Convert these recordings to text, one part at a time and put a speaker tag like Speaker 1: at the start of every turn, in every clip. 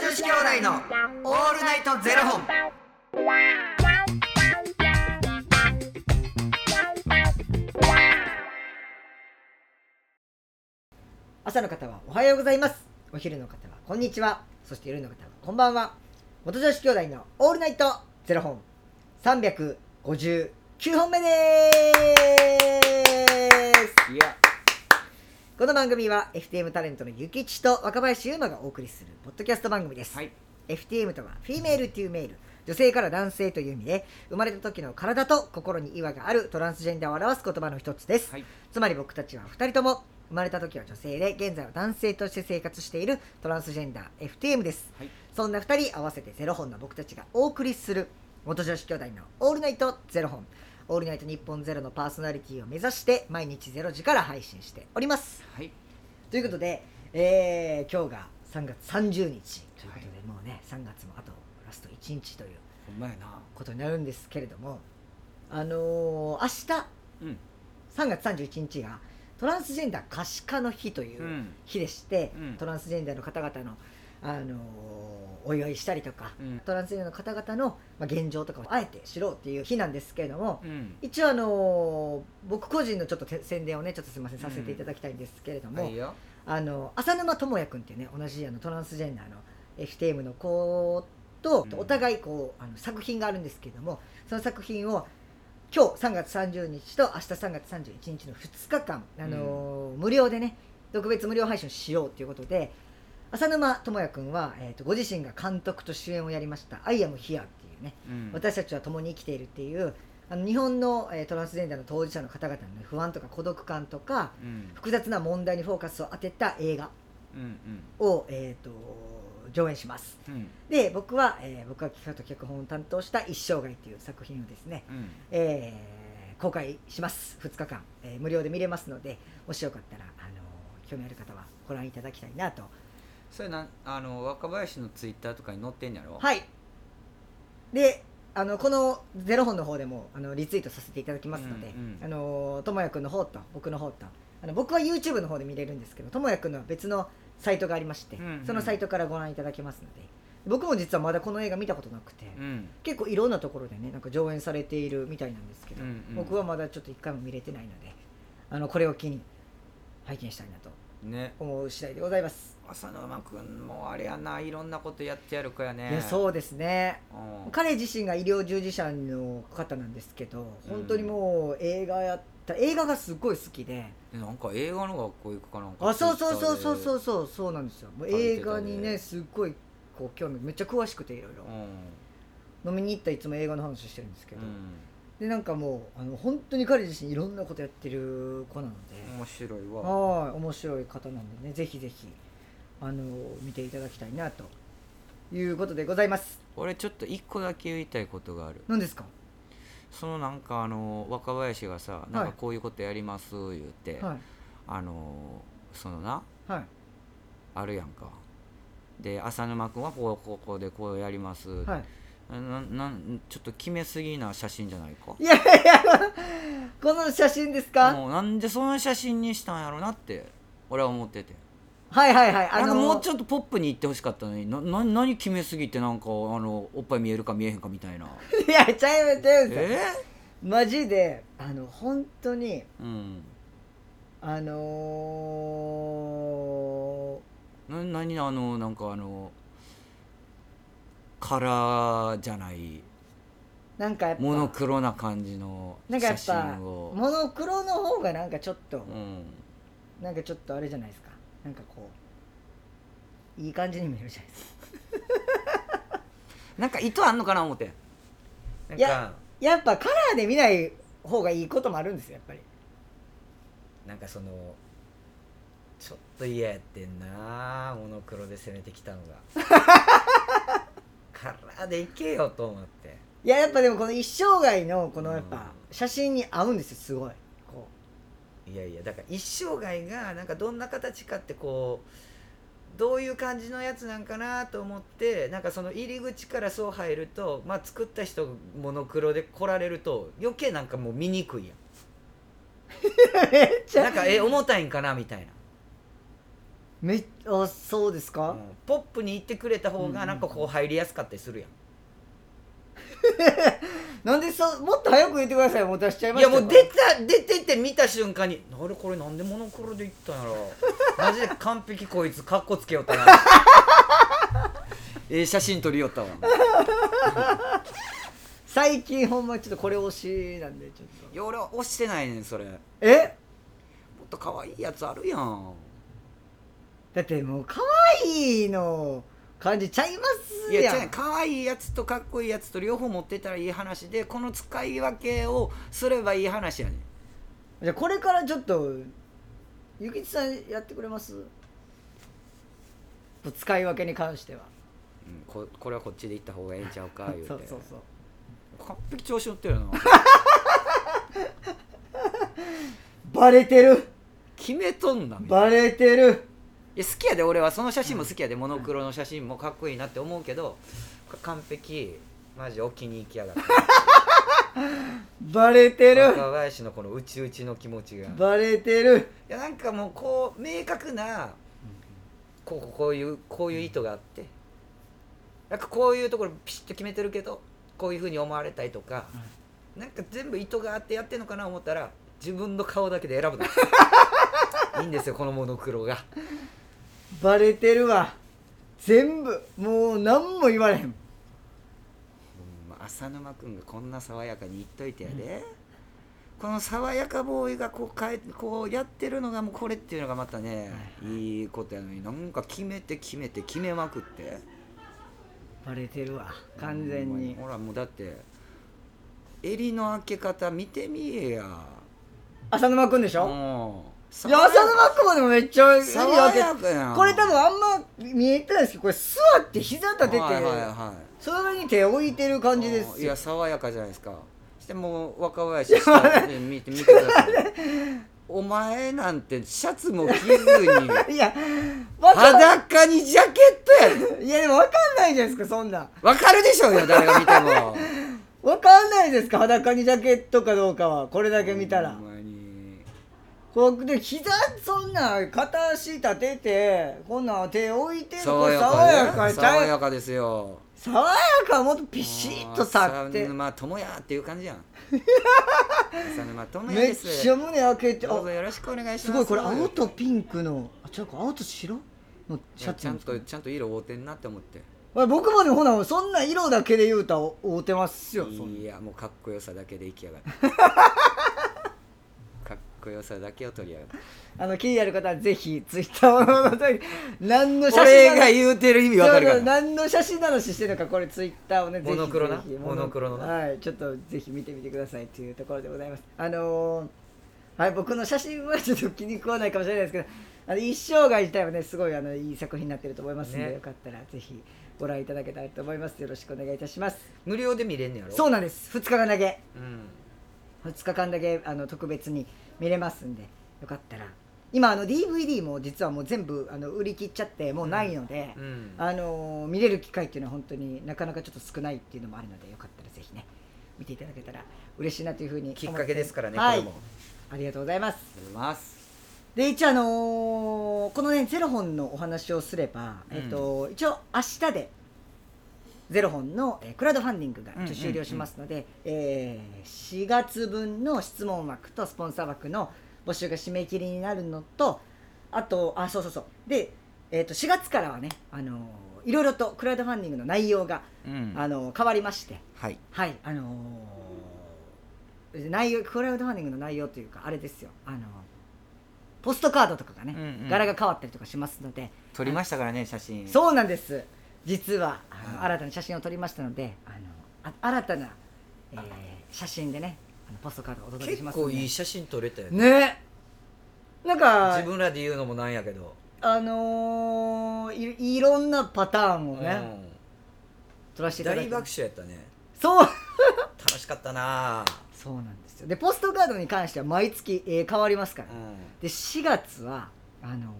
Speaker 1: 子兄弟のオールナイトゼロ本。
Speaker 2: 朝の方はおはようございますお昼の方はこんにちはそして夜の方はこんばんは元女子兄弟のオールナイトゼロ本359本目です
Speaker 1: いや、
Speaker 2: この番組は FTM タレントのゆきちと若林優馬がお送りするポッドキャスト番組です、
Speaker 1: はい、
Speaker 2: FTM とはフィメールというメール女性から男性という意味で生まれた時の体と心に違和があるトランスジェンダーを表す言葉の一つです、
Speaker 1: はい、
Speaker 2: つまり僕たちは2人とも生まれた時は女性で現在は男性として生活しているトランスジェンダー FTM です、
Speaker 1: はい
Speaker 2: そんな2人合わせてゼロ本の僕たちがお送りする元女子兄弟の「オールナイトゼロ本」「オールナイト日本ゼロのパーソナリティを目指して毎日ゼロ時から配信しております
Speaker 1: はい、
Speaker 2: ということで、えー今日が3月30日ということで、もうね3月もあとラスト1日という
Speaker 1: ほんまやな。
Speaker 2: ことになるんですけれどもあのー明日
Speaker 1: うん、、
Speaker 2: 3月31日がトランスジェンダー可視化の日といううん日でして、
Speaker 1: うん
Speaker 2: トランスジェンダーの方々の、あのーお祝いしたりとか、
Speaker 1: うん、
Speaker 2: トランスジェンダーの方々の、まあ、現状とかをあえて知ろうっていう日なんですけれども、
Speaker 1: うん、
Speaker 2: 一応、あのー僕個人のちょっとて宣伝をねちょっとすみませんさせていただきたいんですけれども、
Speaker 1: はいよ。
Speaker 2: あの浅沼智也君っていうね同じあのトランスジェンダーの FTM の子と
Speaker 1: うん
Speaker 2: お互いこうあの作品があるんですけれどもその作品を今日3月30日と明日3月31日の2日間、あのー無料でね特別無料配信しようということで浅沼智也君は、えー、とご自身が監督と主演をやりました「アイアムヒアっていうね
Speaker 1: うん、
Speaker 2: 私たちは共に生きているっていうあの日本の、えートランスジェンダーの当事者の方々のね不安とか孤独感とか
Speaker 1: うん、
Speaker 2: 複雑な問題にフォーカスを当てた映画
Speaker 1: うん、うん、
Speaker 2: を、えー、と上演します
Speaker 1: うん、
Speaker 2: で僕は、えー僕が企画と脚本を担当した「一生涯」という作品をですね、
Speaker 1: うん、
Speaker 2: えー公開します2日間、えー無料で見れますのでもしよかったら、あの興味ある方はご覧いただきたいなと
Speaker 1: それなん、あの若林のツイッターとかに載ってんやろ。い。
Speaker 2: はいであのこの「ゼロ本」の方でもあのリツイートさせていただきますので、
Speaker 1: うんうん
Speaker 2: あのともやくんの方と僕の方とあの僕は YouTube の方で見れるんですけどともやくんのは別のサイトがありまして、
Speaker 1: うんうん
Speaker 2: そのサイトからご覧いただけますので僕も実はまだこの映画見たことなくて、
Speaker 1: うん、
Speaker 2: 結構いろんなところでねなんか上演されているみたいなんですけど、
Speaker 1: うんうん
Speaker 2: 僕はまだちょっと一回も見れてないのであのこれを機に拝見したいなと
Speaker 1: ね。
Speaker 2: 思う次第でございます、
Speaker 1: 浅沼君もあれやないろんなことやってやる子やね
Speaker 2: いやそうですね
Speaker 1: うん、
Speaker 2: 彼自身が医療従事者の方なんですけど本当にもう映画やった映画がすごい好きで
Speaker 1: でなんか映画の学校行くかなんか
Speaker 2: あそうそうそうそうそううそうそうなんですよもう
Speaker 1: 書いてたね
Speaker 2: 映画にねすっごいこう興味めっちゃ詳しくていろいろ飲みに行ったらいつも映画の話してるんですけ
Speaker 1: う
Speaker 2: ど、
Speaker 1: ん、
Speaker 2: でなんかもうあの本当に彼自身いろんなことやってる子なので、
Speaker 1: 面白いわ
Speaker 2: はい面白い方なんでねぜひぜひあの見ていただきたいなということでございます
Speaker 1: 俺ちょっと一個だけ言いたいことがある
Speaker 2: 何ですか
Speaker 1: そのなんかあの若林がさなんかこういうことやります言って、
Speaker 2: は
Speaker 1: あのそのない
Speaker 2: はい
Speaker 1: あるやんかで浅沼君はこうこうこうでこうやります、
Speaker 2: はい
Speaker 1: ななんちょっと決めすぎな写真じゃないか
Speaker 2: いやいやいやこの写真ですか
Speaker 1: もうなんでその写真にしたんやろなって俺は思ってて
Speaker 2: はいはいはい
Speaker 1: あのもうち
Speaker 2: ょっ
Speaker 1: ょっとポップに行ってほしかったのになな何決めすぎてなんかあのおっぱい見えるか見えへんかみた いな
Speaker 2: といやちゃいますちゃいます
Speaker 1: え
Speaker 2: マジであの本当に
Speaker 1: うん
Speaker 2: あの
Speaker 1: な何あのなんかあのカラーじゃない
Speaker 2: ー、なんかやっぱ
Speaker 1: モノクロな感じの
Speaker 2: なんかや
Speaker 1: 写
Speaker 2: っぱ
Speaker 1: 真を
Speaker 2: モノクロの方がなんかちょっと、
Speaker 1: うん
Speaker 2: なんかちょっとあれじゃないですかなんかこういい感じに見えるじゃないですか
Speaker 1: なんか意図あんのかな思ってなん
Speaker 2: いや
Speaker 1: か
Speaker 2: やっぱカラーで見ない方がいいこともあるんですよやっぱり
Speaker 1: なんかそのちょっと嫌やってんなモノクロで攻めてきたのが カラーでいけよと思って
Speaker 2: いややっぱでもこの一生涯のこのやっ
Speaker 1: うん
Speaker 2: ぱ写真に合うんですよすごいこ
Speaker 1: いやいやだから一生涯がなんかどんな形かってこうどういう感じのやつなんかなと思ってなんかその入り口からそう入ると、まあ、作った人モノクロで来られると余計なんかもう見にくいやん
Speaker 2: う めっち
Speaker 1: な
Speaker 2: ゃ
Speaker 1: んかえ重たいんかなみたいな
Speaker 2: めっあそうです
Speaker 1: う
Speaker 2: か、
Speaker 1: んポップに行ってくれた方
Speaker 2: う
Speaker 1: が
Speaker 2: ん
Speaker 1: なんかこう入りやすかったりするやん、
Speaker 2: なんでそうもっと早く言ってくださいもう出しちゃいま
Speaker 1: い
Speaker 2: し
Speaker 1: や
Speaker 2: たよ
Speaker 1: もう出た出てって見た瞬間に「あれこれなんでモノクロで行ったんやろマジで完璧こいつカッコつけ よったな」ええ写真撮りよったわ
Speaker 2: 最近ほんまちょっとこれ推しなんでちょっ
Speaker 1: い
Speaker 2: と
Speaker 1: や俺は押してないねんそれもっ
Speaker 2: え
Speaker 1: と可愛いやつあるやん
Speaker 2: だってもう可愛いの感じちゃいます
Speaker 1: い
Speaker 2: やん
Speaker 1: や違うねん可愛いやつとかっこいいやつと両方持ってたらいい話でこの使い分けをすればいい話やねん
Speaker 2: じゃあこれからちょっとゆきちさんやってくれます使い分けに関しては
Speaker 1: うん、ここれはこっちで行った方がええんちゃうか言うて
Speaker 2: そうそうそう
Speaker 1: 完璧調子乗って るな
Speaker 2: バレてる
Speaker 1: 決めとんなみたいな
Speaker 2: バレてる
Speaker 1: いや好きやで俺はその写真も好きやで、モノクロの写真もかっこいいなって思うけどか完璧マジお気に行きやがって
Speaker 2: バレてる
Speaker 1: 若林のこのうちうちの気持ちがい
Speaker 2: バレてる
Speaker 1: やなんかもうこう明確なこうこうこういうこういう意図があってなんかこういうところピシッと決めてるけどこういうふうに思われたいとか、なんか全部意図があってやってんのかな思ったら自分の顔だけで選ぶ ないいんですよこのモノクロが
Speaker 2: バレてるわ全部もう何も言われへん
Speaker 1: ほんま浅沼君がこんな爽やかに言っといてやで、この爽やかボーイがこう変えこうやってるのがもうこれっていうのがまたね、い、いことやのになんか決めて決めて決めまくって
Speaker 2: バレてるわ完全に
Speaker 1: ほんまほらもうだって襟の開け方見てみえや
Speaker 2: 浅沼くんでし
Speaker 1: うん
Speaker 2: ょい
Speaker 1: 爽
Speaker 2: や
Speaker 1: や
Speaker 2: 浅沼くんもでもめっちゃ襟
Speaker 1: 爽
Speaker 2: 開け
Speaker 1: やかやん
Speaker 2: これ多分あんま見えてないですけどこれ座って膝立てて、
Speaker 1: はいはいはい
Speaker 2: その上に手を置いてる感じで
Speaker 1: うん
Speaker 2: す
Speaker 1: い
Speaker 2: よ
Speaker 1: や爽やかじゃないですかそしてもう若林さん見て見てくださいお前なんてシャツも 着ずに
Speaker 2: いやわかん
Speaker 1: 裸にジャケットやで
Speaker 2: いやでもわかんないじゃないですかそんな
Speaker 1: わかるでしょうよ誰が見ても
Speaker 2: わかんないですか裸にジャケットかどうかはこれだけ見たら
Speaker 1: ほんまに
Speaker 2: こうで膝そんな片足立ててこんなん手置いてるこ
Speaker 1: 爽
Speaker 2: れ
Speaker 1: や
Speaker 2: 爽や
Speaker 1: か
Speaker 2: か
Speaker 1: で
Speaker 2: ちゃ
Speaker 1: 爽
Speaker 2: う
Speaker 1: やかですよ
Speaker 2: 爽やかはもっとピシッとさって
Speaker 1: 浅沼智也っていう感じやん浅沼智也
Speaker 2: め
Speaker 1: で
Speaker 2: っ
Speaker 1: す
Speaker 2: ちゃ胸開けて
Speaker 1: どう
Speaker 2: あ
Speaker 1: ぞよろしくお願いしま
Speaker 2: すご
Speaker 1: す
Speaker 2: いこれ青とピンクのあ違うか青と白の
Speaker 1: い
Speaker 2: シャ
Speaker 1: や
Speaker 2: ツ
Speaker 1: ち
Speaker 2: な
Speaker 1: ゃ
Speaker 2: ん
Speaker 1: ん
Speaker 2: ですか
Speaker 1: とちゃんと色合うてんなって思って
Speaker 2: まあ僕もでもほなそんな色だけで言うたら合うてますよそんない
Speaker 1: やもうかっこよさだけで生きや がってかっこよさだけを取りやがって
Speaker 2: あの気になる方はぜひツイッターを覗いて何の写真
Speaker 1: 俺
Speaker 2: な
Speaker 1: が
Speaker 2: の
Speaker 1: 言うてる意味わかるか
Speaker 2: そうそう
Speaker 1: ら
Speaker 2: 何の写真なのししてるのかこれツイッターをねぜひ
Speaker 1: モノクロな
Speaker 2: ぜひ
Speaker 1: モノクロのな
Speaker 2: はいちょっとぜひ見てみてくださいというところでございますあのーはい僕の写真はちょっと気に食わないかもしれないですけどあの一生涯自体はねすごいあのいい作品になってると思いますので、
Speaker 1: ね
Speaker 2: よかったらぜひご覧いただけたらと思いますよろしくお願いいたします
Speaker 1: 無料で見れんねやろ、
Speaker 2: そううなんです2日間だけ
Speaker 1: ん、
Speaker 2: 2日間だけあの特別に見れますんでよかったら今あの DVD も実はもう全部あの売り切っちゃってもうないので、
Speaker 1: うん、
Speaker 2: あのー見れる機会っていうのは本当になかなかちょっと少ないっていうのもあるのでよかったらぜひね見ていただけたら嬉しいなというふうに思って
Speaker 1: きっかけですからね、
Speaker 2: はい
Speaker 1: これも
Speaker 2: ありがとうございます
Speaker 1: ありがとうございます
Speaker 2: で一応あのーこのねゼロ本のお話をすれば、
Speaker 1: うん
Speaker 2: えっと一応明日でゼロ本の、えークラウドファンディングが
Speaker 1: うんうんうん
Speaker 2: 終了しますので、え4月分の質問枠とスポンサー枠の募集が締め切りになるのとあとあそうそうそうで、えっと4月からはね、あのーいろいろとクラウドファンディングの内容が、
Speaker 1: うん
Speaker 2: あのー変わりまして
Speaker 1: はい
Speaker 2: はいあのー内容クラウドファンディングの内容というかあれですよあのーポストカードとかがね、
Speaker 1: うんうん
Speaker 2: 柄が変わったりとかしますので
Speaker 1: 撮りましたからね写真
Speaker 2: そうなんです実はあの
Speaker 1: は
Speaker 2: 新
Speaker 1: い
Speaker 2: たな写真を撮りましたのであのあ新たな、えー写真でねあのポストカードをお届けし
Speaker 1: 結
Speaker 2: ますの
Speaker 1: 構
Speaker 2: で
Speaker 1: いい写真撮れたよね
Speaker 2: ねなんか
Speaker 1: 自分らで言うのもなんやけど、
Speaker 2: あのーいいろんなパターンをね、撮らせ
Speaker 1: う
Speaker 2: て
Speaker 1: ん、
Speaker 2: いただい
Speaker 1: 大
Speaker 2: て
Speaker 1: 爆笑やったね
Speaker 2: そう
Speaker 1: 楽しかったな
Speaker 2: そうなんですよでポストカードに関しては毎月、えー変わりますから
Speaker 1: う、ん
Speaker 2: で4月はあの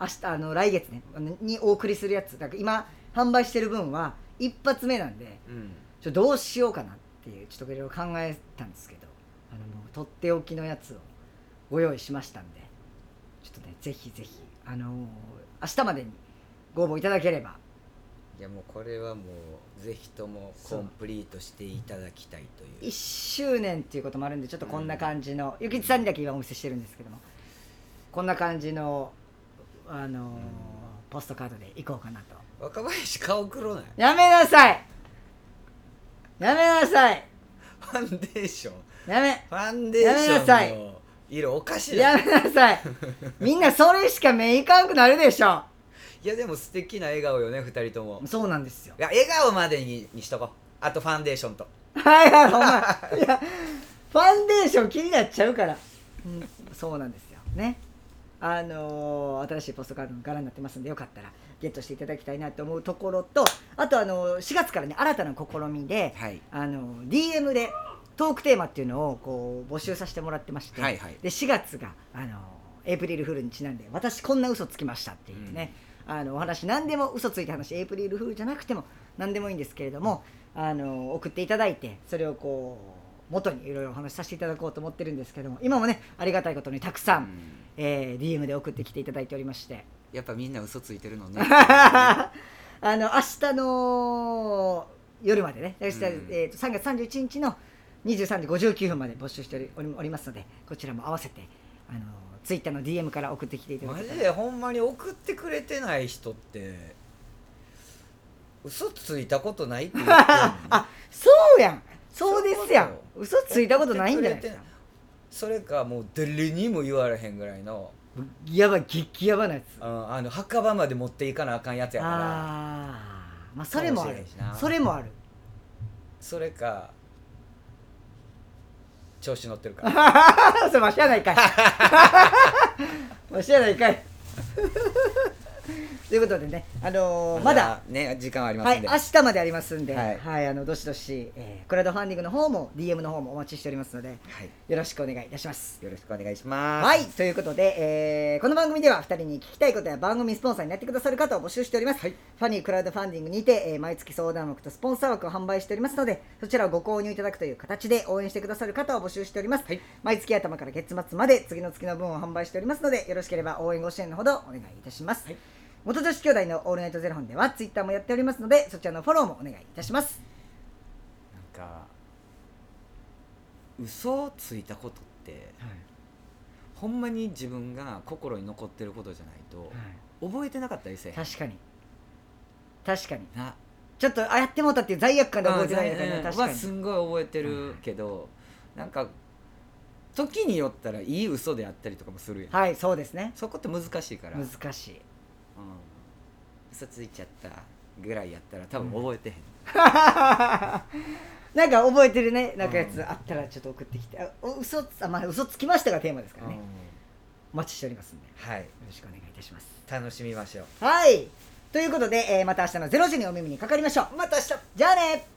Speaker 2: 明日あの来月ねあのにお送りするやつだから今販売してる分は一発目なんで
Speaker 1: うん
Speaker 2: ちょっとどうしようかなっていうちょっといろいろ考えたんですけどあのもうとっておきのやつをご用意しましたんでちょっとねぜひぜひあの明日までにご応募いただければ
Speaker 1: いやもうこれはもうぜひともコンプリートしていただきたいとい
Speaker 2: 1
Speaker 1: う
Speaker 2: 周年っていうこともあるんでちょっとこんな感じの、ゆきちさんにだけ今お見せしてるんですけどもこんな感じの、あのーポストカードでいこうかなと
Speaker 1: 若林顔黒ない
Speaker 2: やめなさいやめなさい
Speaker 1: ファンデーション
Speaker 2: やめ
Speaker 1: ファンデーシ
Speaker 2: やめなさい
Speaker 1: ョンの色おかしいな
Speaker 2: やめなさいみんなそれしか目いかんくなるでしょ
Speaker 1: いやでも素敵な笑顔よね二人とも
Speaker 2: そうなんですよ
Speaker 1: いや笑顔までににしとこうあとファンデーションと
Speaker 2: はいはいお前いやファンデーション気になっちゃうから、うん、そうなんですよねあのー新しいポストカードの柄になってますんでよかったらゲットしていただきたいなと思うところとあとあのー4月からね新たな試みで、
Speaker 1: はい
Speaker 2: あのー DM でトークテーマっていうのをこう募集させてもらってまして、
Speaker 1: はいはい
Speaker 2: で4月があのーエイプリルフールにちなんで「私こんな嘘つきました」っていうね、あのお話何でも嘘ついた話エイプリルフールじゃなくても何でもいいんですけれどもあの送っていただいてそれをこう元にいろいろお話しさせていただこうと思ってるんですけども今もねありがたいことにたくさん、
Speaker 1: うん
Speaker 2: えー DM で送ってきていただいておりまして
Speaker 1: やっぱみんな嘘ついてるのね
Speaker 2: あの明日の夜までね、明日
Speaker 1: うん
Speaker 2: えーと3月31日の23時59分まで募集しておりおりますのでこちらも合わせてあのツイッターの DM から送ってきていただ
Speaker 1: マ
Speaker 2: けた
Speaker 1: ジ
Speaker 2: ら
Speaker 1: でほんまに送ってくれてない人って嘘ついたことないって言ってんの
Speaker 2: あそうやんそうですやん
Speaker 1: そ
Speaker 2: 嘘ついたことないんじゃないですか
Speaker 1: それかもう誰にも言われへんぐらいの
Speaker 2: やばい激やばなやつ
Speaker 1: うんあの墓場まで持っていかなあかんやつやから
Speaker 2: あーまあそれもあ
Speaker 1: か
Speaker 2: る
Speaker 1: もしれんしな
Speaker 2: それもある
Speaker 1: それか調子乗ってるから
Speaker 2: あそれわしやない かいわしやないかい ということでねあのーまだ
Speaker 1: ね時間はありま
Speaker 2: は
Speaker 1: すん
Speaker 2: い、
Speaker 1: で、
Speaker 2: 明日までありますんで、は、
Speaker 1: はいい
Speaker 2: あのどしどし、えークラウドファンディングの方も DM の方もお待ちしておりますので、
Speaker 1: はい
Speaker 2: よろしくお願いいたします。
Speaker 1: よろしくお願いします
Speaker 2: はい、ということで、えーこの番組では2人に聞きたいことや番組スポンサーになってくださる方を募集しております、ファニークラウドファンディングにて、えー毎月相談枠とスポンサー枠を販売しておりますのでそちらをご購入いただくという形で応援してくださる方を募集しております、
Speaker 1: はい
Speaker 2: 毎月頭から月末まで次の月の分を販売しておりますのでよろしければ応援ご支援のほどお願いいたします、
Speaker 1: はい
Speaker 2: 元女子兄弟のオールナイトゼロ本ではツイッターもやっておりますのでそちらのフォローもお願いいたします
Speaker 1: なんか嘘をついたことってほんまに自分が心に残ってることじゃないと覚えてなかったりせえへん
Speaker 2: 確かに確かに
Speaker 1: な
Speaker 2: ちょっとあやってもうたっていう罪悪感で覚えてないみたいな
Speaker 1: うん
Speaker 2: 確か
Speaker 1: は
Speaker 2: に
Speaker 1: すんごい覚えてるけど、なんか時によったらいい嘘であったりとかもするやん、
Speaker 2: はいそうですね
Speaker 1: そこって難しいから、うん、
Speaker 2: 難しい
Speaker 1: 嘘ついちゃったぐらいやったら多分覚えてへん、
Speaker 2: なんか覚えてるねなんかや
Speaker 1: う
Speaker 2: つ
Speaker 1: ん
Speaker 2: あったらちょっと送ってきてあお嘘つあまあ嘘つきましたがテーマですからね
Speaker 1: うん
Speaker 2: お待ちしておりますんでよ
Speaker 1: はい
Speaker 2: ろしくお願いいたします
Speaker 1: 楽しみましょう
Speaker 2: はいということで、えーまた明日の0時にお耳にかかりましょうまた明日じゃあね